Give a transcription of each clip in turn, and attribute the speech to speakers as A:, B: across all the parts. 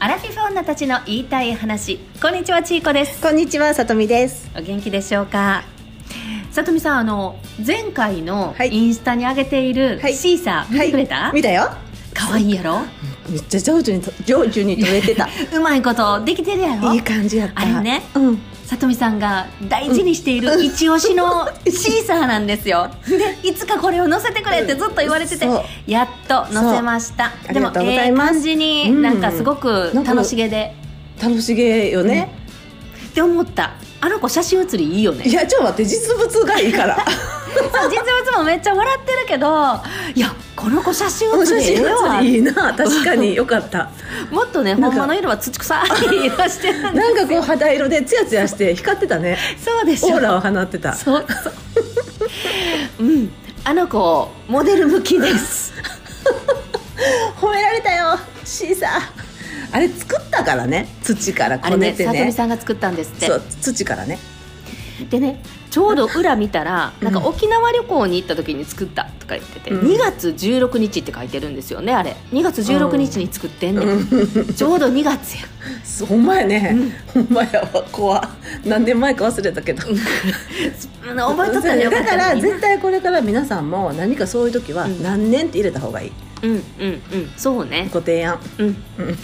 A: アラフィフ女たちの言いたい話こんにちはちいこです
B: こんにちは、さとみです。
A: お元気でしょうかさとみさんあの前回の
B: はい
A: インスタに上げている
B: はい
A: シーサー見てくれた、
B: 見たよ。
A: かわいいやろ
B: めっちゃ上手にと、上手に撮れてた。
A: うまいことできてるやろ
B: いい感じやった。
A: あれね
B: うん。
A: さとみさんが大事にしている一押し のシーサーなんですよ。で、いつかこれを載せてくれってずっと言われてて
B: そう、
A: やっと載せました。
B: う
A: でも
B: ありがとうござい
A: ええ
B: ます
A: 感じに
B: うん
A: なんかすごく楽しげで、
B: 楽しげよね。
A: って思った。あの子写真写りいいよね
B: い。や、ちょっと待って、実物がいいから。
A: そう実物もめっちゃ笑ってるけど、いやこの子写真
B: お
A: 写
B: 写
A: りえ
B: 真
A: えわ
B: 写りいいな。確かによかった。
A: もっとね、ほ
B: なんか
A: んまの色は土臭い色してる んで。
B: なんかこう肌色でツヤツヤして光ってたね。
A: そうでし
B: オ
A: ょ
B: ー。ラを放ってた。
A: そうそう。うん、あの子モデル向きです。
B: 褒められたよ。シーサー。あれ作ったからね。土から
A: あ
B: こ
A: れ
B: ね
A: ね、
B: て
A: さとみ
B: ね。
A: さんが作ったんですって
B: そう、土からね。
A: でねちょうど裏見たら、
B: うん
A: なんか沖縄旅行に行った時に作ったとか言ってて、
B: うん
A: 2月16日って書いてるんですよねあれ2月16日に作ってんねん、
B: うん
A: ちょうど2月や
B: そうほんまやね。ほんまやわ。怖。何年前か忘れたけど。
A: あの覚えとったらよかっ
B: だか
A: た
B: ら
A: のにな
B: 絶対これから皆さんも何かそういう時は
A: うん
B: 何年って入れた方がいい、
A: うんうんうんそうね
B: ご提案、
A: うん
B: うん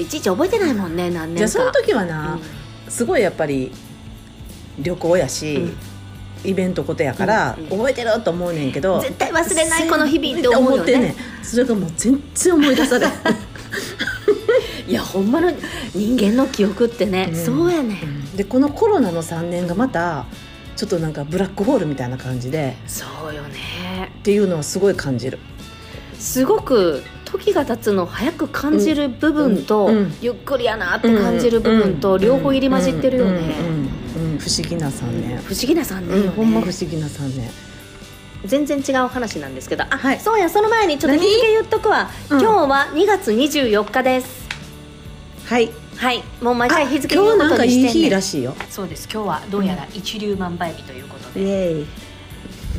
A: いちいち覚えてないもんね何
B: じゃ
A: 年
B: あ
A: か
B: その時はな、すごいやっぱり旅行やし、
A: うん
B: イベントことやから、
A: うんうん
B: 覚えてると思うねん
A: う
B: け
A: ん
B: ど
A: 絶対忘れないこの日々って思うよ
B: 絶
A: ね
B: 対思ってんねんそれがもう全然思い 出されん
A: いやほんまの人間の記憶ってね、
B: うん
A: そうやねん、
B: うんでこのコロナの3年がまたちょっとなんかブラックホールみたいな感じで
A: そうよね
B: っていうのはすごい感じる
A: すごく時が経つのを早く感じる部分と、
B: うんうん
A: ゆっくりやなって感じる部分と両方入り混じってるよね、
B: うんうんうんうん不思議な3年、
A: 不思議な3年よ
B: う
A: ね、
B: ん、ほんま不思議な3年
A: 全然違う話なんですけどあ、
B: はい
A: そうやその前にちょっと日付言っとくわ、
B: 何うん
A: 今日は2月24日です
B: はい
A: はいもう毎回日付言
B: 今
A: う
B: 日
A: こ
B: なん
A: と
B: か
A: に
B: いい
A: してんね
B: 日
A: ん
B: らしいよ。
A: そうです今日はどうやら一粒万倍日ということで、
B: エイ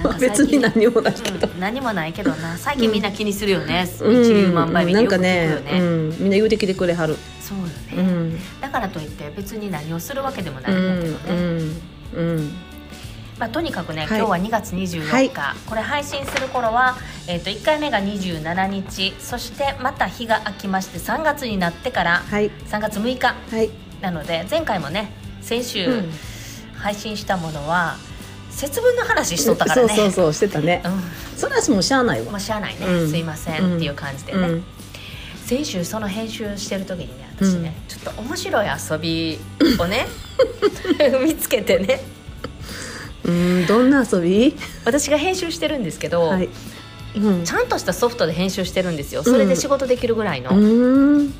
A: なんか最
B: 別
A: 近
B: に何もないけ
A: う
B: ど。
A: ん何もないけどな最近みんな気にするよね、
B: うん
A: 一粒万倍日っ
B: な
A: て
B: ん
A: よく聞
B: か
A: くよね、
B: ねうん、みんな言うてきてくれはる。
A: そうよね、
B: うん、
A: だからといって別に何をするわけでもな
B: う
A: い
B: ん、
A: んだけどね、
B: うん、うん、
A: まあ、とにかくね、
B: はい
A: 今日は2月24日、
B: はい
A: これ配信する頃は、えー、と1回目が27日そしてまた日が空きまして3月になってから
B: はい、
A: 3月6日
B: はい、
A: なので前回もね先週
B: うん
A: 配信したものは節分の話しとったからね。
B: そうそうそう、してたね
A: う。ん
B: それはもうしゃあない
A: ま
B: わ
A: あ、。しゃあないね、
B: うん
A: すいません、
B: うん
A: っていう感じで
B: う
A: ね、
B: ん、
A: 先週その編集してる時にね私ね、ちょっと面白い遊びをね 見つけてね
B: うん、どんな遊び。
A: 私が編集してるんですけど、
B: はい。うん
A: ちゃんとしたソフトで編集してるんですよそれで仕事できるぐらいの、
B: うん、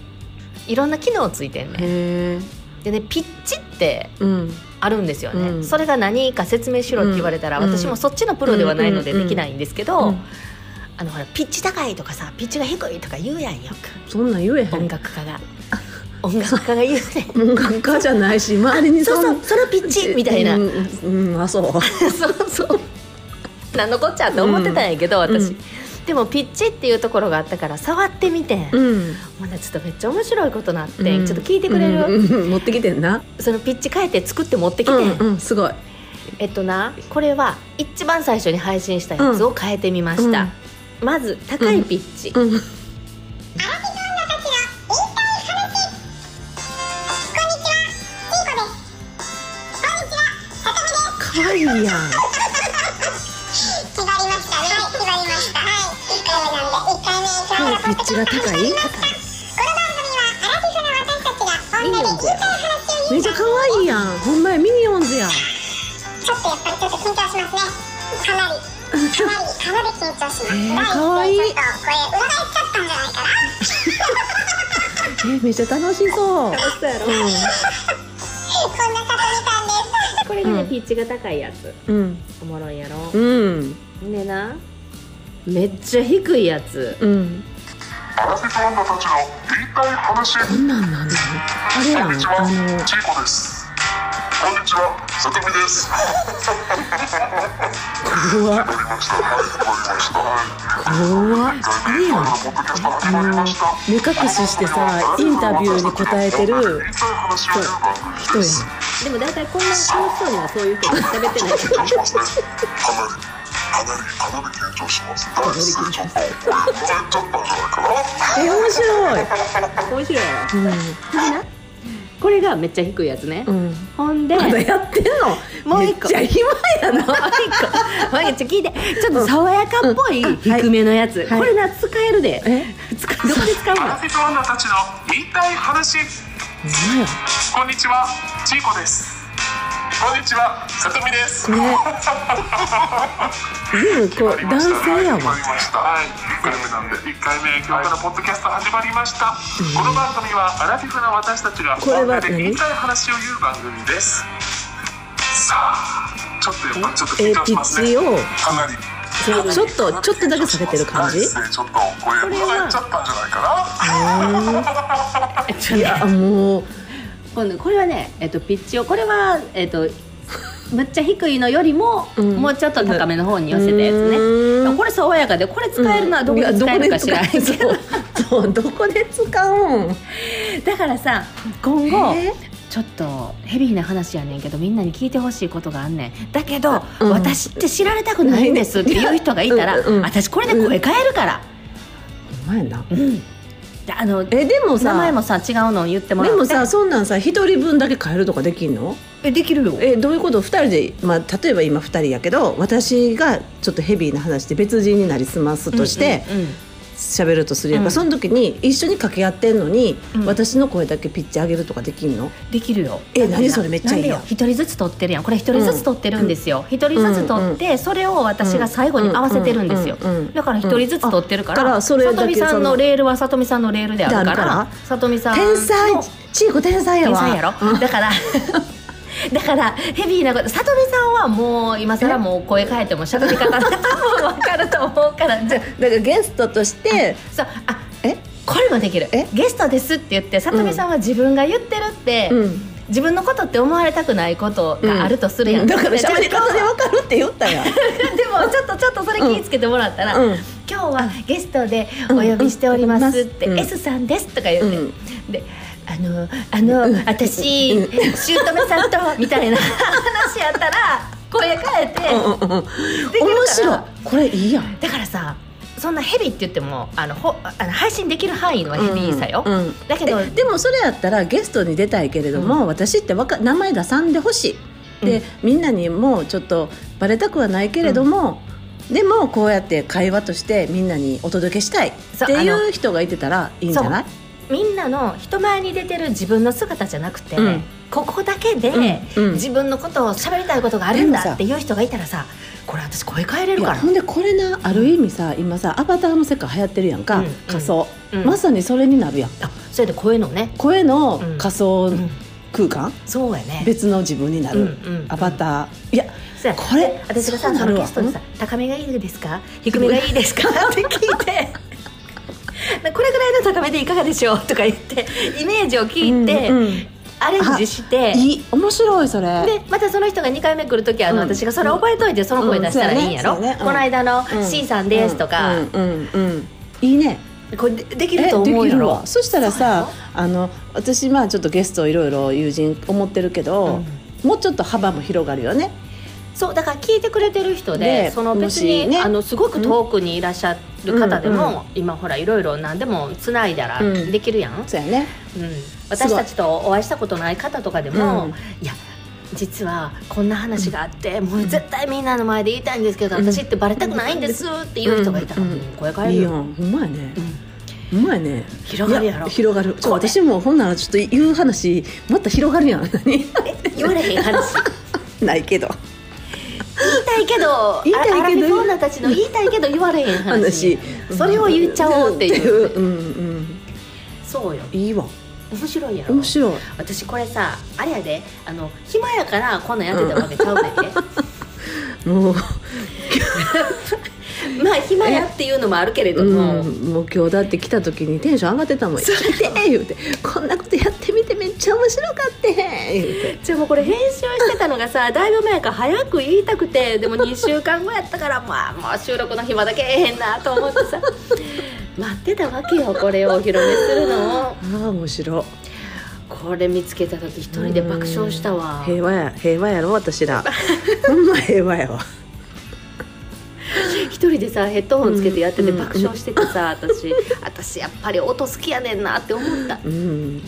A: いろんな機能ついてんね
B: へえ、
A: でねピッチって
B: うん、
A: あるんですよね、
B: うん
A: それが何か説明しろって言われたら、
B: うん
A: 私もそっちのプロではないので
B: うん
A: できないんですけど、
B: うん
A: あのほらピッチ高いとかさピッチが低いとか言うやんよく
B: そんなん言えへん
A: 音。楽家が音楽家が 言うね
B: 音楽家じゃないし、周りに
A: そうんそうそのピッチみたいな、
B: うん、うんうんあ、そう。
A: そうそう何のこっちゃって思ってたんやけど、私、
B: うん
A: でもピッチっていうところがあったから触ってみて、
B: うん。
A: まだちょっとめっちゃ面白いことなって、
B: うん
A: ちょっと聞いてくれる、
B: うんうんうん持ってきてんな。
A: そのピッチ変えて作って持ってきて、
B: うん、うん、すごい。
A: えっとなこれは一番最初に配信したやつを変えてみました、まず高いピッチ、
B: うん。可愛いやん。
C: 決まりましたね。決まりました。はい。えー、なんで一回目一回目のポ
B: ピ
C: ッ
B: ッ
C: ドキ
B: チ
C: ャ
B: が
C: ス
B: 高
C: ト
B: い。
C: この番組はアラフィフの私たちが本音で言いたい話を言う。
B: めちゃ可愛いやん。ほんまやミニオンズやん。
C: ちょっとやっぱりちょっと緊張しますね。かなり。かなり、かなり緊張します。
B: えー
C: 第一
B: かわいい
C: 声ちょっと、これ、裏返っちゃったんじゃないかな。
B: えめっちゃ楽しそう。
C: こんな方みたんです。
A: これがね、
B: うん
A: ピッチが高いやつ
B: うん
A: おもろいやろ、
B: うん
A: でなめっちゃ低いやつ
B: うん。
D: アラフィフ女たちの言いたい話
B: こんなんなんだ。あれやん。あ
D: こんにちはちいこですこんにちは、さとみです。
B: 怖っ
D: やりました。はい、終わりました。はい。
B: 怖っあれやん
D: ポッドキャスト
B: あ
D: 始まり
B: の
D: ました。
B: 目隠ししてさインタビューに答えてる
D: 言いたい話を言う番
B: 人やん
D: 組です。
A: でも大体こんな楽しそうにはそういう人が喋ってない
D: 緊張しますね。かなり、かなり、かなり緊張します。ダンス、ちょっと、これ、もらえちゃった
B: え
D: んじゃないかな。
B: 面白い
A: 面白いやろこれがめっちゃ低いやつね、
B: うん、うん、
A: ほんで
B: まだやってんの
A: もう
B: めっ
A: 一個
B: ちゃ暇 やな
A: マギちょっと聞いてちょっと爽やかっぽい低めのやつ、
B: い
A: これな使えるで、
B: え
A: 使どこで使うの
E: アラフィフ女たちの言いたい話こんにちはちいこですこんにちはさとみです
B: ね
E: 始ま
B: 全部こう男性やわ
E: りましたはい1回目なんで1回目今日からポッドキャスト始まりました、この番組はアラフィフの私たちが
B: これは
E: 本音で言いたい話を言う番組ですさあちょっとやっぱちょっと緊
B: え
E: 張し
B: ピ
E: ます
B: ッ
E: ね
B: チを
D: かなり。
B: ちょっとちょっとだけ下げてる感じ
D: ちょっと、これ、もらえちゃったんじゃないかな。
A: ちょっと
B: い
A: ね
B: やもう
A: このこれはね、えっと、ピッチをこれは、えっと、むっちゃ低いのよりも、
B: うん
A: もうちょっと高めの方に寄せたやつ
B: う
A: ね
B: ん
A: これ爽やかでこれ使えるのはどこで使えるか知らないけど、
B: どこで使う そうそうどこで使うん
A: だからさ今後
B: え
A: ちょっとヘビーな話やねんけどみんなに聞いてほしいことがあんねんだけど、
B: うん
A: 私って知られたくないんですっていう人がいたら、
B: うんうん
A: 私これで声変えるから、
B: お前な
A: であの
B: えでもさ
A: 名前もさ違うの言ってもら
B: で
A: って
B: もさそんなんさ一人分だけ変えるとかできんの
A: えできるよ
B: えどういうこと二人で、まあ、例えば今二人やけど私がちょっとヘビーな話で別人になりすますとして
A: うんうんうん
B: 喋るとすれば、
A: うん
B: その時に一緒に掛け合ってんのに、
A: うん
B: 私の声だけピッチ上げるとかできんの
A: できるよ
B: え
A: だから
B: 何それめっちゃいいやん
A: なんでよ一人ずつ取ってるやんこれ一人ずつ取ってるんですよ一、人ずつ取って、それを私が最後に合わせてるんですよ、
B: うんうんうんうん
A: だから一人ずつ取ってるから,、
B: うんあだからそれだけ
A: さとみさんのレールはさとみさんのレールであるから
B: だから
A: さとみさんの
B: 天才チーコ天才や
A: 天
B: わ
A: 才やろ、だから だからヘビーなことさとみさんはもう今更もう声変えても喋り方が分かると思うからじゃ
B: だからゲストとして
A: そうあ
B: え
A: これもできる
B: え
A: ゲストですって言ってさとみさんは自分が言ってるって、
B: うん
A: 自分のことって思われたくないことがあるとするやん、
B: だから喋り
A: ちょっ
B: 方でわかるって言ったやん
A: と でもちょっとちょっとそれ気ぃつけてもらったら、
B: うん
A: 今日はゲストでお呼びしておりますって、
B: うんうん
A: S さんですとか言って、
B: うん
A: であのあの 私姑さんとみたいな 話やったら声変えて、
B: うんうん
A: できるから
B: 面白いこれいいやん
A: だからさそんなヘビって言ってもあのほあの配信できる範囲のヘビーさよ、
B: うんうん
A: だけど
B: えでもそれやったらゲストに出たいけれども、私ってわか名前出さんでほしいで、みんなにもちょっとバレたくはないけれども、でもこうやって会話としてみんなにお届けしたいっ
A: そ
B: て
A: う
B: い
A: あ
B: う人がいてたらいいんじゃない
A: みんなの人前に出てる自分の姿じゃなくて、
B: うん
A: ここだけで
B: うんうん
A: 自分のことを喋りたいことがあるん
B: でもさ
A: だっていう人がいたらさこれ私声変えれる
B: い
A: か
B: や
A: ら
B: ほんでこれなある意味さ今さアバターの世界流行ってるやんか、
A: うんうん
B: 仮想、
A: うん
B: まさにそれになるやん
A: あそれで声のね、
B: 声の
A: うん
B: 仮想
A: うん
B: 空間、
A: そうやね
B: 別の自分になる、
A: うんうん
B: アバターいや
A: そうや
B: これ
A: で私が
B: そう
A: さ
B: な
A: そ
B: る
A: の
B: わ
A: ゲストにさ「高めがいいですか低めがいいです か?」って聞いて。なこれぐらいの高めでいかがでしょうとか言ってイメージを聞いて、
B: うんうん
A: アレンジして
B: いい面白いそれ
A: でまたその人が2回目来る時はあの、
B: うん
A: 私がそれ覚えといてその声出したらいいんやろ、
B: うんそうやねそうやねうん
A: この間の
B: うん
A: C さんですとか、
B: うんうんうんいいね
A: これででき
B: え
A: ると思う
B: で
A: や
B: きる
A: ろ
B: わそしたらさ
A: そ
B: あの私まあちょっとゲストいろいろ友人思ってるけど、もうちょっと幅も広がるよね
A: そうだから聞いてくれてる人で
B: で
A: その別
B: もし
A: に、
B: ね
A: あのすごく遠くにいらっしゃる方で
B: うんうん
A: も、今ほらいろいろ何でもつないだら
B: うん
A: できるやん、
B: そうやね
A: うん私たちとお会いしたことない方とかでも、
B: うん
A: いや実はこんな話があって、もう絶対みんなの前で言いたいんですけど、
B: うん
A: 私ってバレたくないんですっていう人がいたら、
B: うん
A: もう声変え
B: い
A: るよ
B: いやんほんまやね
A: うん
B: ほんまやね
A: 広がるやろ
B: い広がるち
A: こ
B: ょ
A: れ
B: 私もほんならちょっと言う話また広がるやん何
A: 言われへん 話
B: ないけど
A: 言いたいけど
B: 言いたいけど
A: あアラフィフ女たちの言いたいけど言われへん話
B: 話
A: それを言っちゃおうっていう
B: うんうん
A: そうよ
B: うんいいわ
A: 面白いやろ
B: 面白い
A: 私これさあれやであの暇やからこんなんやってたわけちゃうねんで
B: もう
A: まあ暇やっていうのもあるけれども、
B: うん、もう今日だって来た時にテンション上がってたもん「いけて!」言うて「こんなことやってみてめっちゃ面白かって!」言うて
A: じゃあもうこれ編集してたのがさだいぶ前から早く言いたくてでも2週間後やったからまあもう収録の暇だけえへんなと思ってさ待ってたわけよこれをお披露目するのを
B: ああ面白
A: これ見つけた時一人で爆笑したわ
B: 平和や平和やろ 私らほんま平和やわ
A: 一人でさヘッドホンつけてやってて爆笑しててさ私私やっぱり音好きやねんなって思った
B: うん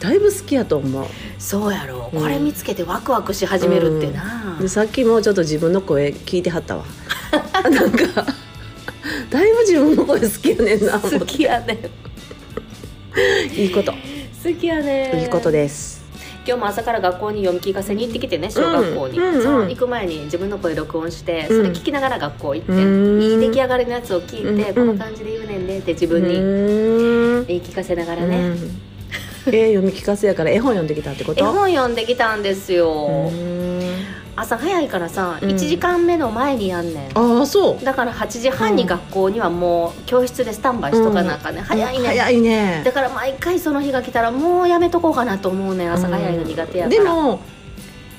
B: だいぶ好きやと思う
A: そうやろ
B: うん
A: これ見つけてワクワクし始めるってな、
B: でさっきもちょっと自分の声聞いては ったわなんかだいぶ自分の声好きやねんな思
A: 好
B: って
A: きやねん
B: いいこと
A: 好きやね
B: いいことです
A: 今日も朝から学校に読み聞かせに行ってきてね小学校に、
B: うんうんうん
A: その行く前に自分の声録音してそれ聞きながら学校行って、
B: うん
A: いい出来上がりのやつを聞いて、
B: うん
A: この感じで言うねんねって自分
B: う
A: に
B: ーん
A: 言い聞かせながら
B: う
A: ね、
B: んえー読み聞かせやから絵本読んできたってこと
A: 絵本読んできたんですよ、
B: うん
A: 朝早いからさ、
B: うん
A: 1時間目の前にやんねん
B: ああそう
A: だから8時半に学校にはもう教室でスタンバイしとかなんかね、早いね、
B: 早いね
A: だから毎回その日が来たらもうやめとこうかなと思うねん朝早いの苦手やから、
B: でも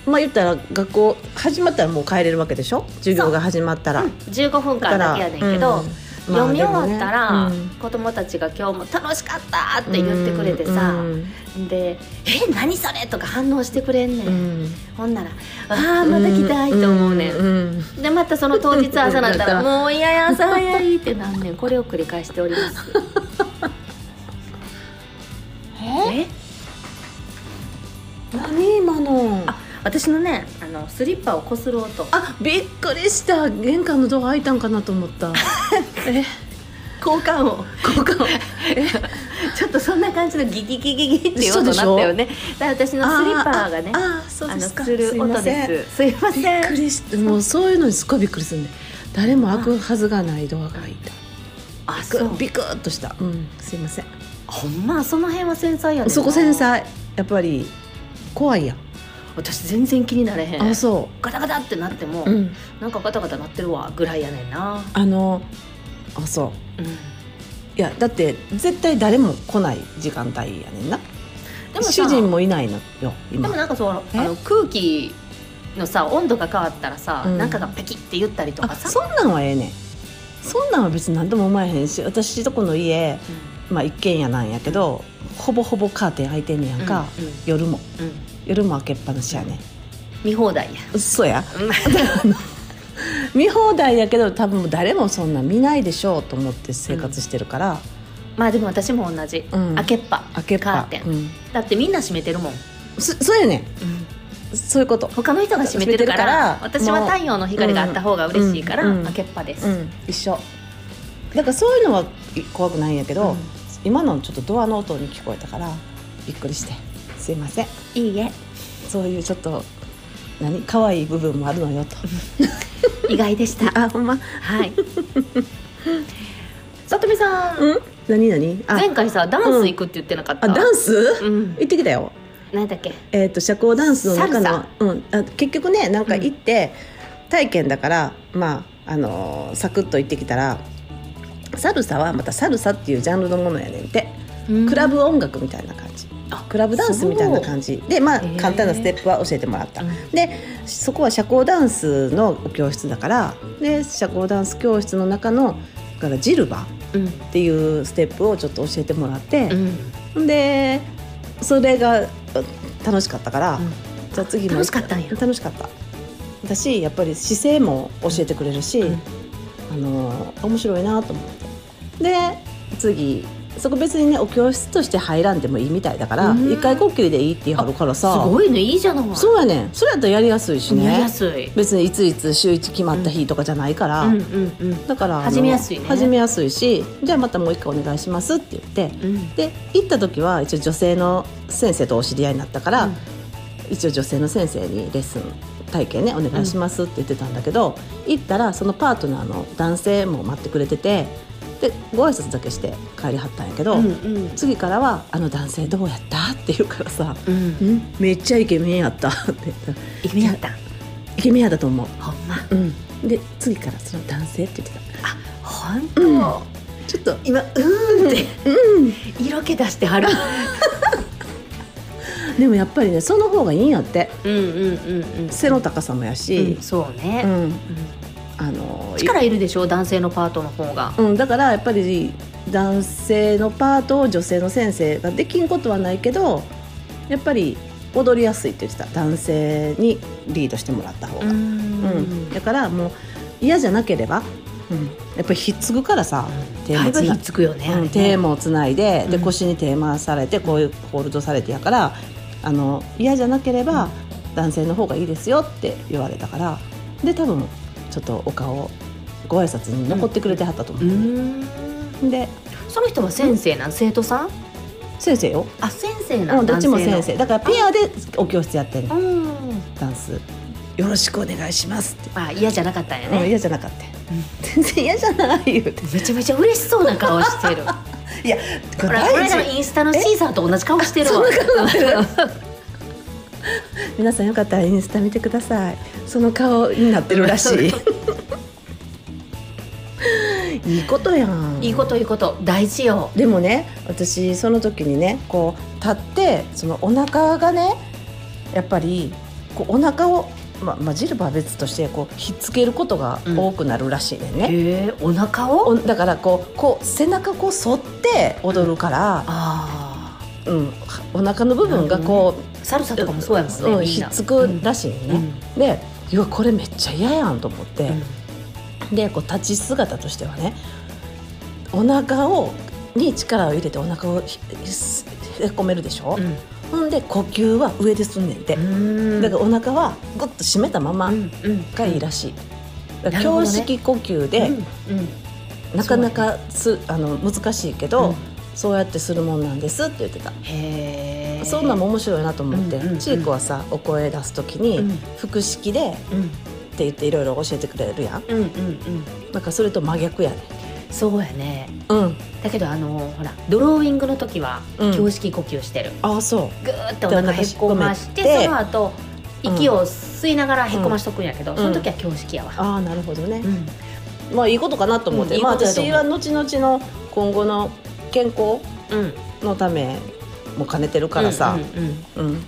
B: まあ言ったら学校始まったらもう帰れるわけでしょ授業が始まったら、
A: 15分間だけやねんけど、
B: うん
A: 読み終わったら、
B: まあでもね
A: 子供たちが今日も楽しかったって言ってくれてさ、
B: うん
A: で「え何それ?」とか反応してくれんねん、
B: うん
A: ほんなら「ああまた来たい」と思うねん、
B: うん
A: でまたその当日朝なった
B: う
A: ら「
B: ん
A: もういやいや朝早い」ってなんねんこれを繰り返しております え
B: 何今のあ
A: 私のねあのスリッパをこする音
B: びっくりした玄関のドア開いたんかなと思った え
A: 交換を
B: こ こ
A: ちょっとそんな感じのギギギギギっていう音になったよねだから私のスリッパがね
B: ああそう
A: あ
B: で
A: の
B: すか
A: する音です。すいます
B: いません
A: せ
B: びっく
A: ん。
B: りしてもうそういうのにすっごいびっくりするね誰も開くはずがないドアが開いた
A: あ、
B: く
A: そう。
B: ビクッとした、うん、すいません
A: ほんまその辺は繊細やねんな。
B: そこ繊細やっぱり怖いやん、
A: 私全然気になれへん
B: あ。そ
A: ガタガタってなっても
B: う、うん、
A: なんかガタガタなってるわぐらいやねんな。
B: あのあそう
A: うん。
B: いやだって絶対誰も来ない時間帯やねんな
A: でもさ
B: 主人もいないのよ
A: で
B: 今
A: もなんかそう
B: え
A: あの空気のさ温度が変わったらさ、
B: うん
A: なんかがペキって言ったりと
B: あ
A: かさ。
B: そんなんはええねんそんなんは別に何でも思えへんし私とこの家、まあ、一軒家なんやけど、ほぼほぼカーテン開いてんねやんか、
A: うんうん
B: 夜も
A: うん。うん
B: 夜も開けっぱなしやねん
A: 見放題や。
B: 嘘や 見放題やけど多分もう誰もそんな見ないでしょうと思って生活してるから、
A: まあでも私も同じ。
B: うん
A: 開けっぱ。
B: 開けっぱ
A: カーテン。
B: うん、
A: だってみんな閉めてるもん。
B: そそうやねんそういうこと、
A: 他の人が閉めてるから
B: 閉めてるから
A: 私は太陽の光があった方が嬉しいから、
B: うんうん
A: 開けっぱです、
B: うん、一緒だからそういうのはい怖くないんやけど、
A: うん
B: 今のちょっとドアの音に聞こえたからびっくりしてすいません
A: いいえ
B: そういうちょっと何可愛い部分もあるの よと
A: 意外でした
B: あほんま
A: はい さとみさん、
B: うん何何あ
A: 前回さダンス行くって言ってなかった、
B: あダンス、
A: うん
B: 行ってきたよ
A: なんだっけ
B: えっ、と社交ダンスの中
A: サ
B: の、うん、あ結局ねなんか行って、体験だからまああのーサクッと行ってきたらサルサはまたサルサっていうジャンルのものやねんて、クラブ音楽みたいな感じクラブダンスみたいな感じでまあ
A: へえ
B: 簡単なステップは教えてもらった、
A: うん
B: でそこは社交ダンスの教室だからで社交ダンス教室の中のだからジルバ
A: うん
B: っていうステップをちょっと教えてもらって、
A: うん
B: でそれがあ楽しかったから、
A: ん
B: じゃあ次も
A: 楽しかったんや
B: 楽しかっただしやっぱり姿勢も教えてくれるし、
A: うん
B: あのー面白いなと思ってで次そこ別にねお教室として入らんでもいいみたいだから
A: うん
B: 一回こっきりでいいって言いはるから
A: す
B: さ
A: ごいねいいじゃない
B: そうやねんそれやったらやりやすいしね
A: やりやすい
B: 別にいついつ週1決まった日とかじゃないから、
A: うんうん
B: だからあの
A: 始めやすいね
B: 始めやすいしじゃあまたもう一回お願いしますって言って、
A: うんうん
B: で行った時は一応女性の先生とお知り合いになったから、
A: うん
B: 一応女性の先生にレッスン体験ねお願いしますって言ってたんだけど、行ったらそのパートナーの男性も待ってくれててでご挨拶だけして帰りはったんやけど、
A: うんうん
B: 次からは「あの男性どうやった?」って言うからさ
A: うん
B: 「んめっちゃイケメンやった」って言ったら
A: イケメンやったん
B: 「イケメンやだと思う
A: ほんま
B: うんで次からその男性って言って
A: 本当、
B: たちょっと
A: 今うーんって、色気出してはる
B: でもやっぱりねその方がいいんやって
A: うんうんうんうん
B: 背の高さもやし
A: うん、そうね、
B: うん
A: うん
B: あの
A: 力いるでしょ男性のパートの方が
B: うん、だからやっぱり男性のパートを女性の先生ができんことはないけどやっぱり踊りやすいって言ってた男性にリードしてもらった方が、
A: う
B: うん
A: ん
B: だからもう嫌じゃなければ、うん、やっぱりひっつくからさ、手
A: だ
B: も
A: いぶ
B: つ
A: ひ
B: な
A: っつくよね,あれ
B: う
A: ね、
B: ん手もつないでで
A: うん
B: 腰に手回されてこういうホールドされてやからあの嫌じゃなければ男性の方がいいですよって言われたからで多分ちょっとお顔ご挨拶に残ってくれてはったと思う
A: う。ん
B: で
A: その人は先生なん生徒さん
B: 先生よ、
A: あ先生な
B: うんん、どっちも先生
A: 男
B: だからペアでお教室やってる
A: のうん
B: ダンスよろしくお願いしますって、
A: あ嫌じゃなかったんや
B: うん、
A: ね、
B: 嫌じゃなかったよ全然嫌じゃない言うて
A: めちゃめちゃ嬉しそうな顔してる
B: いや
A: ほ
B: これ
A: ら
B: 大
A: 俺らの
B: 事
A: インスタのシーさんと同じ顔してるわ
B: 皆さんよかったらインスタ見てくださいその顔になってるらし いいいことやん
A: いいこといいこと大事よ
B: でもね私その時にねこう立ってそのお腹がねやっぱりこうお腹をまあまあ、ジルバは別としてこうひっつけることが多くなるらしいねんね、
A: へえお腹を
B: おだからこうこう背中こう反って踊るから、
A: ああ
B: うんお腹の部分がこ
A: サルサ
B: う、
A: とかもそうやもんね、
B: うん
A: みん
B: ひ
A: な
B: っつくらしいねんね、
A: うん
B: でいやこれめっちゃ嫌やんと思って、
A: うん
B: でこう立ち姿としてはねお腹をに力を入れてお腹をひひすへこめるでしょ、
A: うん
B: ほんで呼吸は上ですんねんて、
A: うん
B: だからお腹はグッと締めたまま
A: うんうん
B: がいいらしい、だか
A: なる
B: ら
A: ほど
B: 胸
A: ね
B: 式呼吸で、
A: うんうん
B: なかなかすあの難しいけど、
A: うん
B: そうやってするもんなんですって言ってた、
A: へえ
B: そんなんも面白いなと思って、
A: うんうんうん
B: チーコはさお声出す時に、
A: うん
B: 腹式でって
A: うん
B: 言っていろいろ教えてくれるやん
A: うんうんうん
B: なんかそれと真逆やね
A: そうやね
B: うん
A: だけどあのほらドローイングの時は
B: うん
A: 胸式呼吸してる、
B: ああそう
A: ぐーってお腹へっこまして
B: で
A: その後
B: うん
A: 息を吸いながらへっこましとくんやけど、
B: ん
A: その時は胸式やわ、
B: ああなるほどね
A: う、ん
B: まあいいことかなと思って、
A: うんいい
B: まあ
A: ことだと思
B: 私
A: う
B: は後々の今後の健康
A: うん、
B: のためも兼ねてるからさ、
A: うん
B: うん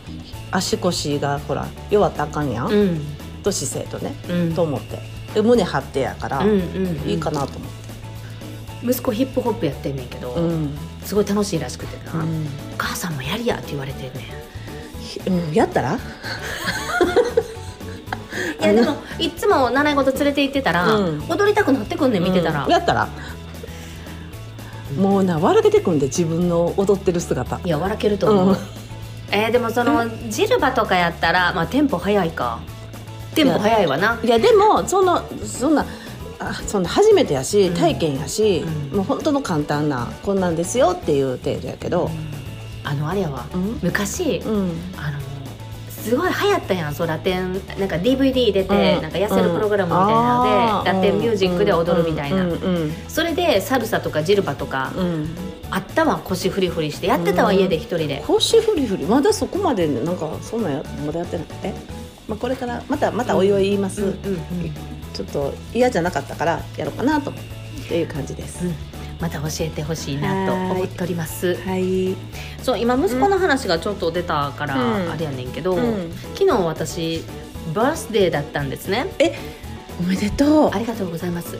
B: 足腰がほら弱ったらあかんやん、
A: うんうん
B: と姿勢とね、
A: うん
B: と思ってで胸張ってやから、
A: うんうんうん
B: いいかなと思って、
A: 息子ヒップホップやってんねんけど、
B: うん
A: すごい楽しいらしくてな、
B: うん
A: お母さんもやりやって言われてんねん
B: ひうんやったら
A: いやでもいっつも習い事連れて行ってたら、
B: うん
A: 踊りたくなってくんねん見てたら、
B: うんやったらもうな笑けてくんで自分の踊ってる姿
A: いや笑けると思う、
B: うん
A: えーでもそのジルバとかやったらまあテンポ早いかテンポ早いわない
B: やでもそのそんなあそんな初めてやし、
A: うん
B: 体験やし、
A: うん
B: もう本当の簡単なこんなんですよっていう程度やけど、
A: あのあれやわ
B: うん
A: 昔
B: うん
A: あのすごい流行ったやんそうラテンなんか DVD 出て、
B: うん
A: なんか痩せるプログラムみたいなので、
B: うんあー
A: ラテンミュージックで踊るみたいな、
B: うんうん
A: それでサルサとかジルバとか、
B: うんうん
A: あったわ腰フリフリしてやってたわ、
B: うん
A: 家で一人で
B: 腰フリフリまだそこまでなんかそんなんやまだやってないえ、まあ、これからまたまたおいおい言います、
A: うんうんうん
B: ちょっと嫌じゃなかったからやろうかなとっていう感じです、
A: うんまた教えてほしいなと思っております
B: はい、
A: そう今息子の話がちょっと出たから、
B: うん
A: あれやねんけど、
B: うん
A: 昨日私バースデーだったんですね
B: おめでとう
A: ありがとうございます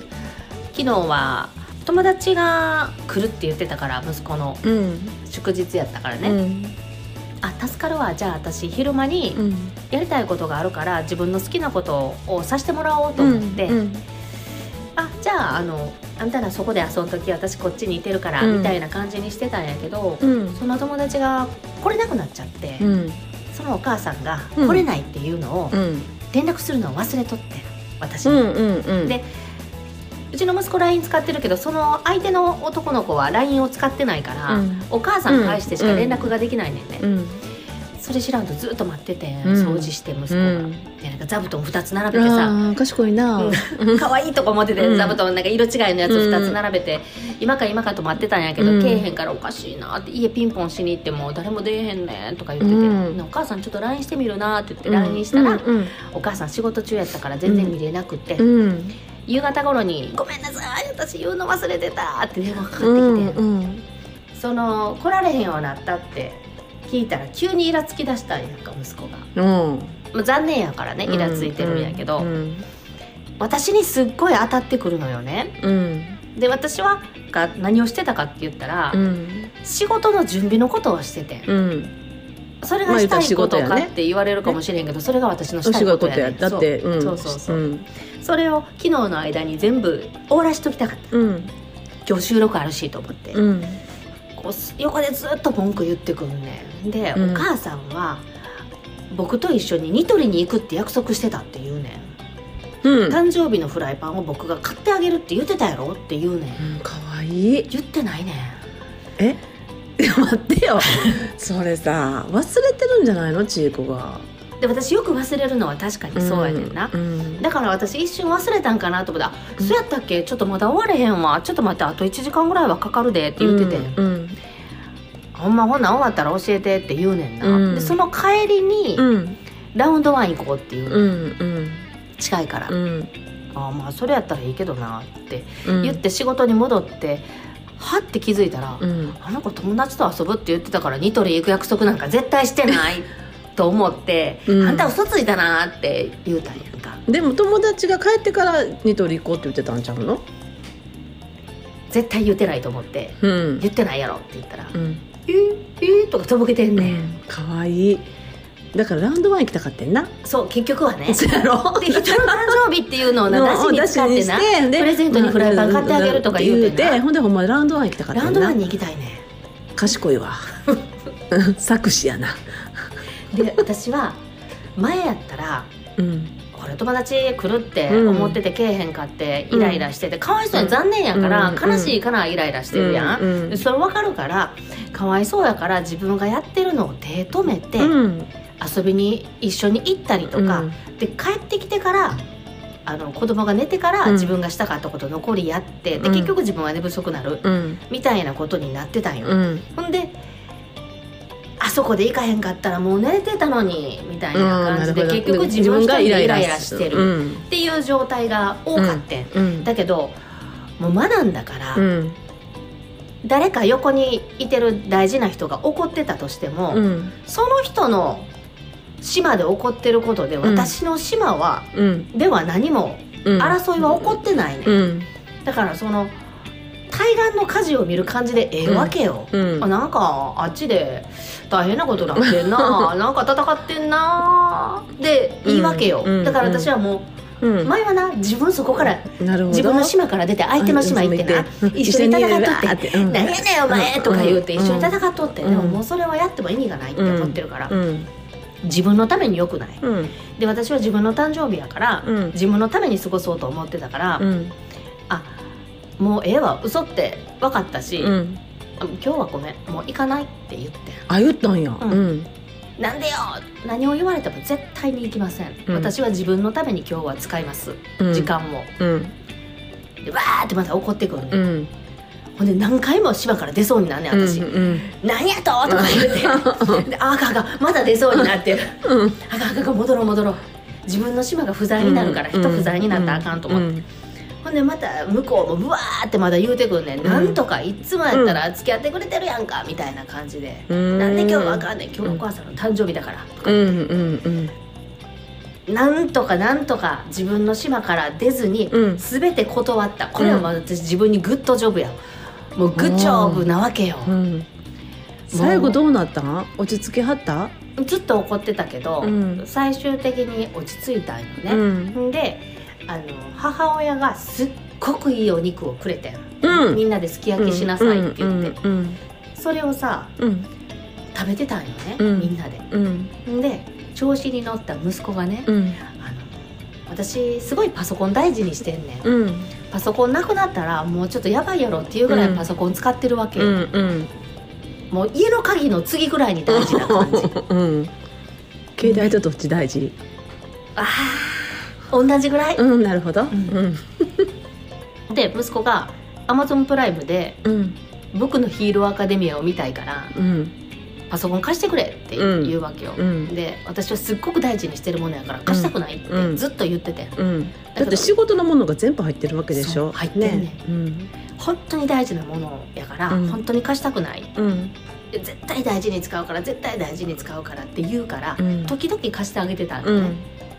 A: 昨日は友達が来るって言ってたから息子の
B: うん
A: 祝日やったから
B: う
A: ね、
B: ん
A: あ助かるわじゃあ私昼間に
B: うん
A: やりたいことがあるから自分の好きなことをさせてもらおうと思って、
B: うん
A: あじゃああのあんたらそこで遊んとき私こっちにいてるから、
B: うん
A: みたいな感じにしてたんやけど、
B: うん
A: その友達が来れなくなっちゃって、
B: うん
A: そのお母さんが
B: うん
A: 来れないっていうのを
B: うん
A: 連絡するのを忘れとってん私、う
B: う
A: ん
B: うんうん
A: でちの息子 LINE 使ってるけどその相手の男の子は LINE を使ってないから、
B: うん
A: お母さん返してしか連絡ができないねんね、
B: うん
A: そそれ知らんとずっと待ってて、
B: うん
A: 掃除して息子が、
B: うん
A: でなんか座布団2つ並べてさ
B: ああ賢いな、
A: 可愛いとこ持ってて、
B: うん
A: 座布団なんか色違いのやつ
B: うん
A: 2つ並べて、今か今かと待ってたんやけど、
B: うん
A: けえへんからおかしいなって家ピンポンしに行っても誰も出えへんねんとか言ってて、
B: うん
A: でお母さんちょっと LINE してみるなって言って
B: うん
A: LINE したら、
B: うん
A: お母さん仕事中やったから全然見れなくて、
B: うんうん
A: 夕方頃に「ごめんなさい私言うの忘れてた」って電話かかってきて、
B: うんうん
A: その来られへんようになったって聞いたら急にイラつきだしたんやんか息子が、
B: うん
A: まあ、残念やからねイラついてるんやけど、
B: うん
A: 私にすっごい当たってくるのよね
B: うん
A: で私はが何をしてたかって言ったら、
B: うん
A: 仕事の準備のことをしててん、
B: うん
A: それ
B: ま
A: が
B: あ
A: し
B: 言うた
A: た
B: ら
A: い
B: 仕
A: こと
B: 事やね
A: かって言われるかもしれんけど、それが私のしたい
B: 仕
A: ことや,、
B: 事
A: ね
B: や
A: ん、
B: だって
A: そう,、
B: ん
A: そうそうそう
B: うん
A: それを昨日の間に全部終わらしときたかった
B: うん
A: 今日収録あるしと思って、
B: うん
A: こうす横でずっと文句言ってくんねんで、
B: うん
A: お母さんは僕と一緒にニトリに行くって約束してたって言うね、
B: うんん
A: 誕生日のフライパンを僕が買ってあげるって言ってたやろって言うねん
B: かわいい
A: 言ってないねん
B: え待ってよそれさ忘れてるんじゃないのちいこが
A: で私よく忘れるのは確かにそうやねんな、
B: うん
A: だから私一瞬忘れたんかなと思った「そうやったっけちょっとまだ終われへんわちょっと待ってあと1時間ぐらいはかかるで」って言ってて、
B: うん
A: ほんまほんなん終わったら教えてって言うねんな、
B: うん
A: でその帰りに
B: うん
A: ラウンドワン行こうっていう、
B: うんうん
A: 近いから、
B: うん
A: ああまあそれやったらいいけどなって
B: うん
A: 言って仕事に戻ってはって気づいたら、
B: うん
A: あの子友達と遊ぶって言ってたからニトリ行く約束なんか絶対してないと思って、
B: うん
A: あんた嘘ついたなって言うたんやんか
B: でも友達が帰ってからニトリ行こうって言ってたんちゃうの
A: 絶対言ってないと思って
B: うん
A: 言ってないやろって言ったら「
B: うん
A: えーえーとかとぼけてんねん、
B: かわいいだからラウンドワン行きたかってんな
A: そう結局はねで
B: そやろ
A: 人の誕生日っていうのをな
B: の
A: なしに使ってな
B: 出しにしてで
A: プレゼントにフライパン買ってあげるとか言うてな
B: 言ほんでほんまラウンドワン行きたかった
A: ラウンドワンに行きたいねん
B: 賢いわ うん作詞やな
A: で私は前やったら
B: うん
A: 俺友達来るって思っててけえへんかってイライラしてて、かわいそうやん残念やから、
B: うん
A: 悲しいからイライラしてるやん、
B: うんうん
A: それ分かるからかわいそうやから自分がやってるのを手止めて、
B: うん
A: 遊びに一緒に行ったりとか、で帰ってきてからあの子供が寝てから
B: うん
A: 自分がしたかったこと残りやって、で
B: うん
A: 結局自分は寝不足なる
B: うん
A: みたいなことになってたんよ、
B: うん
A: ほんであそこで行かへんかったらもう寝れてたのにみたいな感じで結局自分一人でイライラしてる
B: る
A: っていう状態が多かってん、
B: うん
A: だけどもう学んだから、
B: うん
A: 誰か横にいてる大事な人が怒ってたとしても、
B: うん
A: その人の島で起こってることで
B: ん
A: 私の島は、
B: うん
A: では何も
B: うん
A: 争いは起こってないね、
B: うん
A: だからその対岸の火事を見る感じでええわけよ、
B: うん
A: あなんかあっちで大変なことなってん ななんか戦ってんなでいいわけよ、
B: うんうん
A: だから私はも
B: う
A: う、
B: ん
A: 前はな自分そこから
B: なるほど
A: 自分の島から出て相手の島行ってな
B: うん
A: 一緒に戦っとって
B: 一緒
A: 「
B: に
A: 何やねんお前!」とか言うて
B: うん
A: 一緒に戦っとって
B: うん
A: でももうそれはやっても意味がないって思ってるから
B: うん
A: 自分のために良くない
B: うん
A: で私は自分の誕生日やから
B: うん
A: 自分のために過ごそうと思ってたから
B: うん
A: あもうええわ嘘って分かったし
B: うん
A: あ今日はごめんもう行かないって言って
B: あ言ったんや
A: うん
B: うん
A: なんでよ何を言われても絶対に行きません、
B: うん
A: 私は自分のために今日は使います、
B: うん
A: 時間を
B: うん
A: でわーってまた怒ってくるね、
B: うん
A: ほんで何回も島から出そうになんねん私、
B: うん
A: 何やととか言うてであかんあかんまだ出そうになってる
B: うん
A: あかんあかんあかん戻ろう戻ろう自分の島が不在になるから人不在になったらあかんと思って、
B: て
A: ほんでまた向こうもうわーってまだ言うてくんねん、
B: ん
A: なんとかいつもやったら付き合ってくれてるやんかみたいな感じで、
B: うん
A: なんで今日はあかんねん今日お母さんの誕生日だからとか
B: う、んうんうん
A: なんとかなんとか自分の島から出ずに
B: うん
A: 全て断った、これはまあ私自分にグッドジョブやもうグッジョブなわけよ、
B: うん最後どうなったん落ち着きはった
A: ずっと怒ってたけど、
B: うん
A: 最終的に落ち着いたんよ
B: う
A: ね、
B: ん
A: ん、であの母親がすっごくいいお肉をくれてん、
B: うん
A: みんなですき焼きしなさいって言って、
B: うん
A: それをさ
B: うん
A: 食べてたんよね、
B: うん
A: みんなで
B: うん
A: んで調子に乗った息子がね、
B: うん
A: あの私すごいパソコン大事にしてんねん
B: うんうん
A: パソコンなくなったらもうちょっとやばいやろっていうぐらいパソコン使ってるわけ
B: う
A: よ、
B: んうん
A: もう家の鍵の次ぐらいに大事な感じ
B: うん携帯とどっち大事
A: 同じぐらい、
B: うんなるほどうん
A: で息子が Amazon プライムで
B: うん
A: 「僕のヒーローアカデミア」を見たいから
B: うん
A: パソコン貸してくれって
B: うん
A: 言うわけよ、
B: うん
A: で私はすっごく大事にしてるものやから貸したくないっ
B: う
A: て
B: ん
A: ずっと言ってて、
B: うんだって仕事のものが全部入ってるわけでし
A: そう
B: ょ
A: 入ってんねん
B: うん
A: 本当に大事なものやから、
B: うん
A: 本当に貸したくない
B: うん
A: で絶対大事に使うから絶対大事に使うからって言うから、
B: うん
A: 時々貸してあげてたん
B: う
A: ね、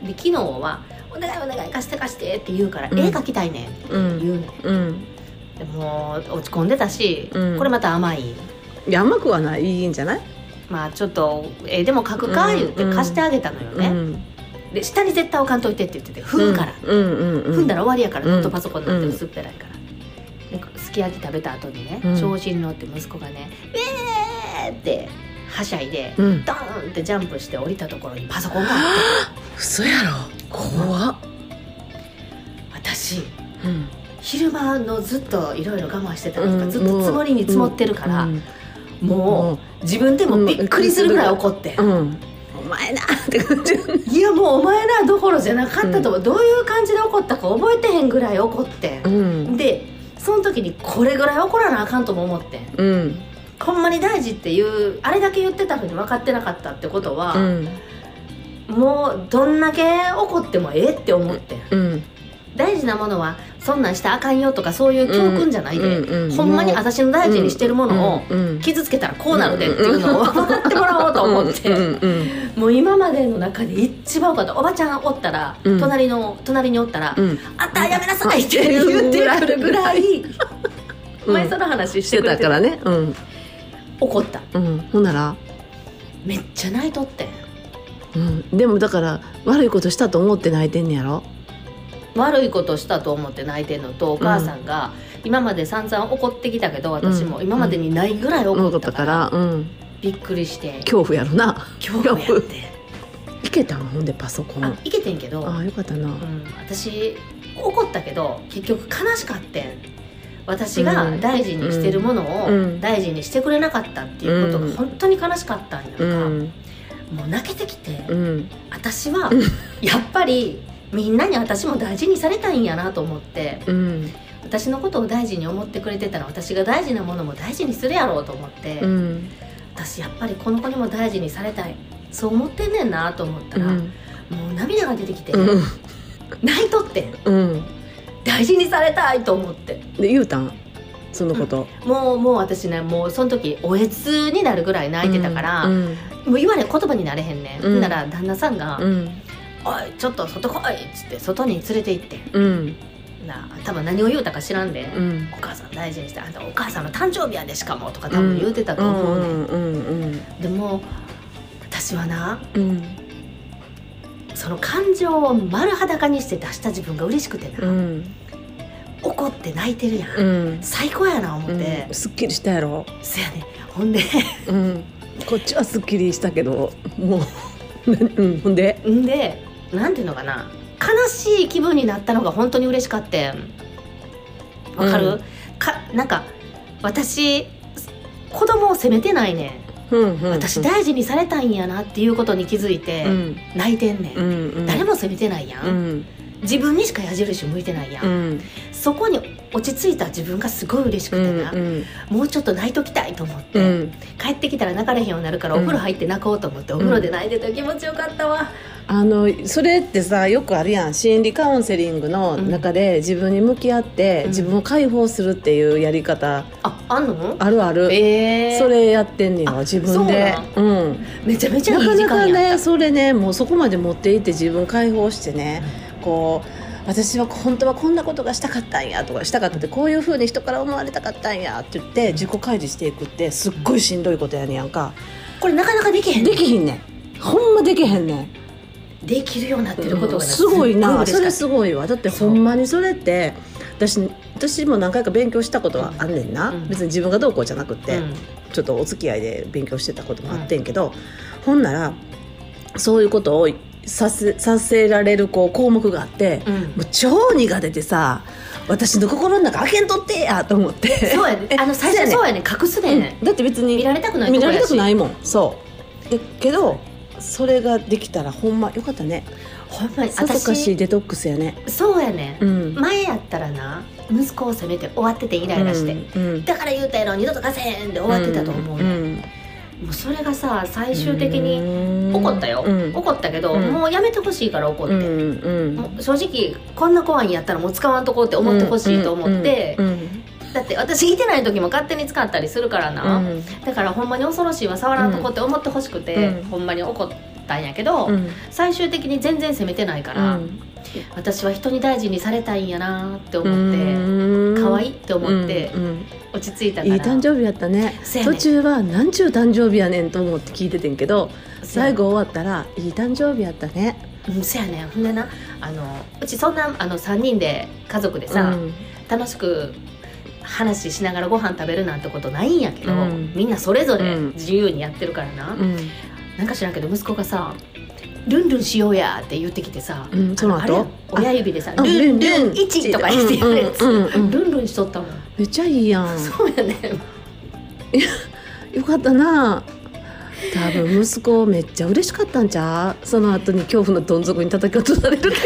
B: ん
A: で昨日は「お願いお願い貸して貸して」って言うから「
B: うん
A: 絵描きたいねん」って言うねん
B: うん
A: でもう落ち込んでたし、
B: うん
A: これまた甘い
B: いや甘くはないいいんじゃない
A: まあちょっと「えでも描くか」
B: うん
A: 言って貸してあげたのよ
B: う
A: ね、
B: ん
A: で下に絶対置かんといてって言ってて踏むから、
B: うんうんうん
A: 踏んだら終わりやから
B: う
A: ず
B: ん
A: っとパソコンなんて
B: うん
A: 薄っぺらいから、ですき焼き食べた後にね、
B: うん
A: 調子に乗って息子がね「えー!」ってはしゃいで、
B: うん
A: ドーンってジャンプして降りたところにパソコンがあ
B: 嘘やろ怖っ
A: って私
B: うん
A: 昼間のずっといろいろ我慢してたのが、
B: うん
A: ずっと積もりに積もってるから、
B: うん
A: もう自分でもびっくりするぐらい怒って
B: う、んお前なって感じ
A: いやもうお前らどころじゃなかったと思う、どういう感じで怒ったか覚えてへんぐらい怒って
B: う、ん
A: でその時にこれぐらい怒らなあかんとも思ってん
B: うん
A: ほんまに大事っていうあれだけ言ってたのに分かってなかったってことは
B: う、ん
A: もうどんだけ怒ってもええって思ってん、
B: うん
A: 大事なものはそんなんしたらあかんよとかそういう教訓じゃないで、
B: うんうん
A: ほんまに私の大事にしてるものを
B: うんうん
A: 傷つけたらこうなるでっていうのを 分かってもらおうと思って、
B: うんうん
A: もう今までの中で一番多かったおばちゃんおったら、
B: うん
A: 隣の隣におったら「
B: うん
A: あんたやめなさい」って言ってくるぐらい、
B: うん
A: 前その話
B: し
A: しててくれ
B: た
A: て
B: からねうん
A: 怒った
B: うんほんなら
A: めっちゃ泣いとってん
B: うんでもだから悪いことしたと思って泣いてんねやろ
A: 悪いことしたと思って泣いてんのとお母さんが今まで散々怒ってきたけど私も今までにないぐらい怒
B: 思
A: っ
B: ったた
A: か
B: かららうん
A: びっくりして
B: 恐怖やろな
A: 恐怖やって
B: いけたんほんでパソコン
A: あいけてんけど、
B: ああよかったな
A: うん、私怒ったけど結局悲しかってん私が大事にしてるもの
B: う
A: を
B: ん
A: 大事にしてくれなかったっていうこと
B: うん
A: が本当に悲しかったんやんか、
B: うん
A: もう泣けてきて、
B: うん
A: 私はやっぱりみんなに私も大事にされたいんやなと思って
B: うん
A: 私のことを大事に思ってくれてたら私が大事なものも大事にするやろうと思って、
B: うん
A: 私やっぱりこの子にも大事にされたいそう思ってんねんなと思ったら、
B: うん
A: もう涙が出てきて、
B: うん
A: 泣いとってん
B: うん
A: 大事にされたいと思って
B: で言うたんそのこと
A: もうもう私ねもうその時おえつになるぐらい泣いてたから、
B: うん
A: もう言われ言葉になれへんねん、
B: うん
A: ほんなら旦那さんが「
B: うん
A: おいちょっと外来い」っつって外に連れて行って
B: うん
A: な多分何を言うたか知らんで、
B: うん
A: お母さん大事にしてあんたお母さんの誕生日やでしかも」とか多分言うてたと思うねん
B: んうん
A: でも私はな
B: うん
A: その感情を丸裸にして出した自分が嬉しくてな、
B: うん
A: 怒って泣いてるやん、
B: うん
A: 最高やな思
B: う
A: っ
B: ん
A: て、
B: すっきりしたやろ
A: そやねほんで
B: うんこっちはすっきりしたけどもう うんほんで
A: んでなんていうのかな悲しい気分になったのが本当に嬉しかってんわかる、
B: うん
A: かなんか私子供を責めてないねん
B: うんうん
A: 私大事にされたいんやなっていうことに気づいて
B: うん
A: 泣いてんねん、
B: うんうん
A: 誰も責めてないやん、
B: うん
A: 自分にしか矢印向いてないや
B: うんうん
A: そこに落ち着いた自分がすごい嬉しく
B: う
A: て
B: ん
A: な、もうちょっと泣いときたいと思って、
B: うん
A: 帰ってきたら泣かれへんようになるからお風呂入って泣こうと思って、お風呂で泣いてた気持ちよかったわ、
B: あのそれってさよくあるやん心理カウンセリングの中で自分に向き合って
A: うん
B: 自分を解放するっていうやり方
A: ああんの
B: あるある
A: ええ
B: それやってんねんよ
A: あ
B: 自分でうん
A: めちゃめちゃい
B: ないか
A: 時
B: なか
A: 間や
B: ね
A: った
B: それねもうそこまで持っていって自分解放してね、こう私は本当はこんなことがしたかったんやとかしたかったってこういうふうに人から思われたかったんやって言って自己開示していくってすっごいしんどいことやねんやんか
A: これなかなかできへん
B: で
A: で
B: きひんねんほんまできへんねん
A: できるようになってることがね、
B: すごいな
A: すっごい
B: それ
A: 嬉しか
B: すごいわだってほんまにそれって私私も何回か勉強したことはあんねんな、
A: うん
B: 別に自分がどうこうじゃなく
A: った
B: て、ちょっとお付き合いで勉強してたこともあってんけど、ほんならそういうことをさせさせられるこう項目があって、
A: うん、う
B: も
A: ん
B: う超苦手でさ私の心の中開けんとってやと思って
A: そうやねあの最初そうやね隠すね、
B: だって別に
A: 見られたくないと
B: 見
A: こ
B: ら
A: やし
B: れたくないもんそうでけどそれができたらほんまよかったね
A: ほんまに
B: さぞかし
A: 私
B: デトックスやね
A: そうやね、
B: うん
A: 前やったらな息子を責めて終わっててイライラして、
B: うんうん
A: だから言うたやろ二度と出せへんで終わってたと思うね、
B: ん
A: もうそれがさ最終的に
B: に
A: 怒ったよ、
B: うん
A: 怒ったけど、
B: うん
A: もうやめてほしいから怒って、
B: うんうん
A: もう正直こんな怖いんやったらもう使わんとこうって思ってほしいと思って、
B: うんうん
A: だって私いてない時も勝手に使ったりするからな、
B: うん
A: だからほんまに恐ろしいわ触らんとこって思ってほしくて、
B: うん
A: ほんまに怒ったんやけど、
B: うん
A: 最終的に全然責めてないから、私は人に大事にされたいんやなって思って、
B: うん
A: 可愛いって思って
B: うんうん
A: 落ち着いたから、
B: いい誕生日やったね
A: そうやね
B: 途中は「何ちゅう誕生日やねん」と思って聞いててんけ
A: そう
B: ど
A: や
B: 最
A: ね
B: 後終わったら「いい誕生日やったね
A: うんそやねんほんでなあのうちそんなあの3人で家族で」さ、
B: うん
A: 楽しく話ししながらご飯食べるなんてことないんやけど、
B: うん
A: みんなそれぞれ
B: うん
A: 自由にやってるからな、
B: うん
A: なんか知らんけど息子がさ「ルンルンしようや」って言ってきてさ、
B: うんその後
A: あれや親指でさ「ル
B: あ
A: ンル
B: ルンル
A: ン
B: ン
A: 1」とか言ってやるやつ、
B: うんうんうんうん
A: ルンルンしとったもん、
B: めっちゃいいやん
A: そうやねん
B: よかったな多分息子めっちゃ嬉しかったんちゃうその後に恐怖のどん底に叩き落とされるけど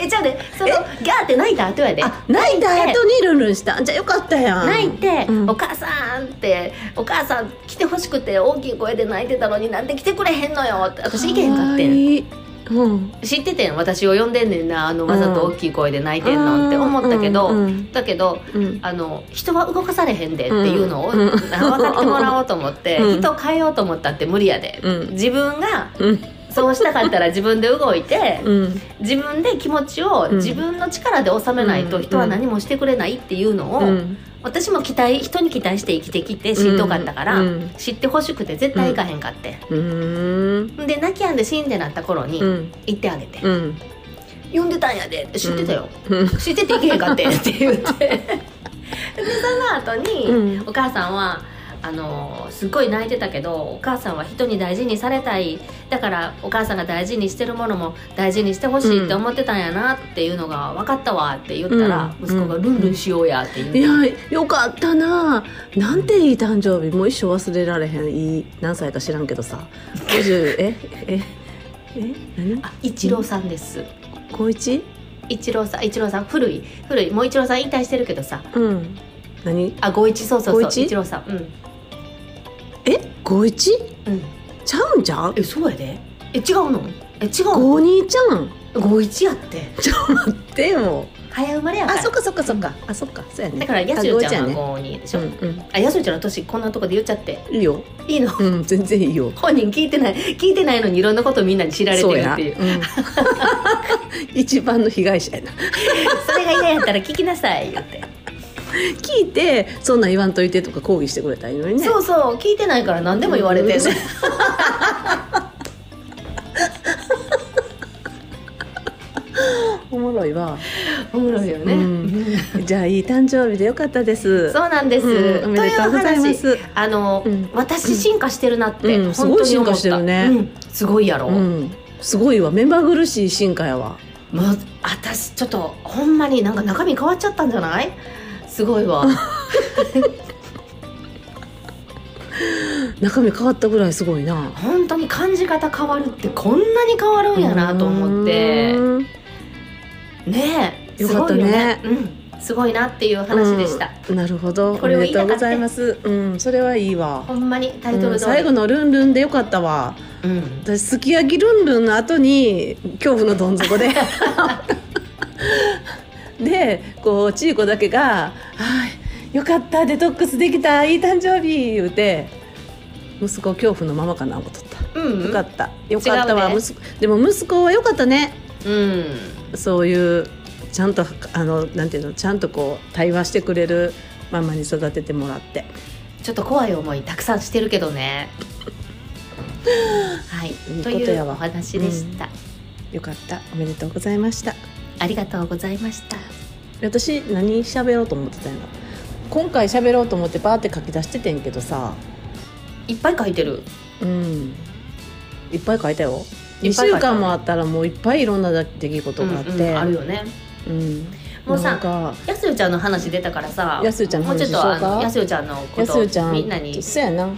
A: えじゃあねそのギャーって泣いた後やで
B: 泣いた後にルンルンしたんじゃあよかったやん
A: 泣いて、
B: うん
A: お母さん」って「お母さん来てほしくて大きい声で泣いてたのになんで来てくれへんのよ」って私行けへんかって
B: わ
A: ん
B: いいうん
A: 知っててん私を呼んでんねんなあのわざと大きい声で泣いてんのって思ったけど、
B: うんうん
A: だけど
B: うん
A: あの人は動かされへんでっていうのを、
B: うんうん
A: 分かってもらおうと思って、
B: うん
A: 人を変えようと思ったって無理やで、
B: うん
A: 自分が
B: うん
A: そうしたかった ら自分で動いて、
B: うん
A: 自分で気持ちを
B: うん
A: 自分の力で収めないと人は何もしてくれないっていうのを、
B: うん
A: 私も期待人に期待して生きてきてしんどかったから、
B: うん
A: 知ってほしくて絶対行かへんかって、
B: うん
A: ん、で泣きやんで死んでなった頃に
B: うん
A: 行ってあげて
B: う、ん
A: 呼んでたんやでって知ってたよ、
B: うん
A: 知ってて行けへんかってって言ってでその後に、
B: うん
A: お母さんはあのすっごい泣いてたけどお母さんは人に大事にされたいだからお母さんが大事にしてるものも大事にしてほしいって思ってたんやなっていうのが分かったわって言ったら、
B: うん
A: 息子が「ルンルンしようや」って言う、
B: いやよかったななんていい誕生日もう一生忘れられへんいい何歳か知らんけどさ50えええ何
A: あ一郎さんです
B: 高一
A: 一郎さん一郎さん古い古いもう一郎さん引退してるけどさ
B: うん何
A: あ五一そうそうそう
B: 五一
A: 一郎さんうん
B: え高一
A: うん
B: ちゃうんじゃう
A: えそうやでえ違うのえ違う
B: 高
A: の
B: 二ちゃうん
A: 五一やって
B: でも
A: 早生まれやか
B: あ
A: ら
B: そっかそっかそっかあそっかそうやね
A: だからやす
B: あ
A: よ
B: 五
A: ち
B: 一
A: ゃ
B: や
A: ん
B: ね
A: は五二でし
B: う
A: ょ、
B: んうん
A: あやすよちゃんの年こんなとこで言っちゃって
B: いいよ
A: いいの
B: うん全然いいよ
A: 本人聞いてない聞いてないのにいろんなことみんなに知られて
B: そう
A: る
B: や
A: っていう
B: うん 一番の被害者やな
A: それが嫌やったら聞きなさい言って、
B: 聞いてそんなん言わんといてとか抗議してくれたらいいのにね
A: そうそう聞いてないから何でも言われてんの、
B: うんおもろいわ、
A: おもろいよね、
B: うん、じゃあいい誕生日でよかったです
A: そうなんです、
B: うんおめでとうございます
A: という話あの、
B: うん
A: 私進化してるなって、
B: うん
A: 本当に思った、
B: すごい進化してるね
A: うんすごいやろ、
B: うん、すごいわ目まぐるしい進化やわ
A: まあ、私ちょっとほんまになんか中身変わっちゃったんじゃないすごいわ
B: 中身変わったぐらいすごいな
A: 本当に感じ方変わるってこんなに変わるんやなと思って
B: うん
A: ねえ
B: よかった
A: す
B: ね
A: ごいようん、すごいなっていう話でした、
B: うんなるほど
A: これ
B: お
A: を
B: め
A: 言い
B: で
A: た
B: と
A: か
B: う
A: った
B: ございますうんそれはいいわ
A: ほんまにタイト
B: う
A: ル
B: ん
A: 通り、
B: 最後のルンルンでよかったわ
A: うん
B: 私すき焼きルンルンの後に恐怖のどん底ででこうちいこだけが「はいよかったデトックスできたいい誕生日」言うて息子恐怖のままかな思っとった、
A: うんうん
B: よかったよかったわ、
A: 違うね
B: 息子でも息子はよかったね
A: うん
B: そういうちゃんとあのなんていうのちゃんとこう対話してくれるママに育ててもらって
A: ちょっと怖い思いたくさんしてるけど ねはい
B: いい
A: と
B: こと
A: い
B: や
A: う
B: わ
A: お話でした、
B: よかったおめでとうございました
A: ありがとうございました
B: 私何喋ろうと思ってたんやろ今回喋ろうと思ってバーって書き出しててんけどさ
A: いっぱい書いてる
B: うんいっぱい書いたよ
A: い
B: 2
A: っぱい書
B: 週
A: いた
B: 間もあったらもういっぱいいろんな出来事があって、
A: うんうんあるよね
B: うん
A: もうさ
B: なんか
A: やすよちゃんの話出たからさ
B: やすよちゃんの
A: もう
B: 話
A: ちょっとあ
B: しよう
A: の
B: か
A: やすよちゃんのこ
B: やす
A: と
B: よちゃん
A: みんなに
B: そうやなだか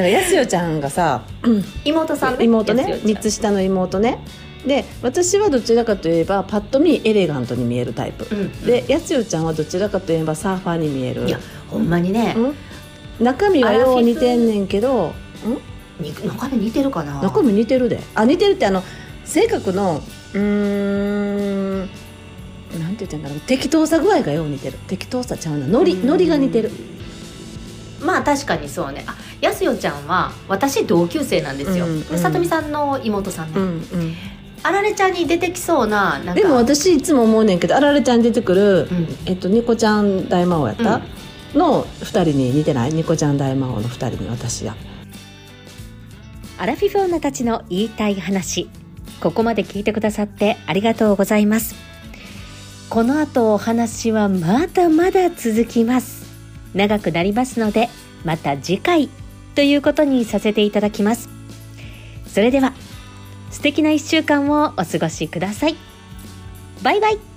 B: らやすよちゃんがさ
F: 妹さんね
B: 妹ね
F: やすよ
B: 3
F: ちゃん
B: つ下の妹ねで私はどちらかといえばパッと見エレガントに見えるタイプ、
F: うん
B: でやすよちゃんはどちらかといえばサーファーに見える
F: いやほんまにね
B: うん中身はよう似てんねんけどん
F: に中身似てるかな
B: 中身似てるであ似てるってあの性格のうーんなんて言ってんだろう適当さ具合がよう似てる適当さちゃうなノリ
F: うん
B: ノリが似てる
F: まあ確かにそうねあやすよちゃんは私同級生なんですよ、
B: うん
F: でさとみさんの妹さんね、
B: うんうん
F: あられちゃんに出てきそうななんか
B: でも私いつも思うねんけどあられちゃんに出てくる、
F: うん
B: えっとニコちゃん大魔王やった、
F: うん
B: の2人に似てないニコちゃん大魔王の2人に私や
A: アラフィフ女たちの言いたい話ここまで聞いてくださってありがとうございますこの後お話はまだまだ続きます長くなりますのでまた次回ということにさせていただきますそれでは素敵な1週間をお過ごしくださいバイバイ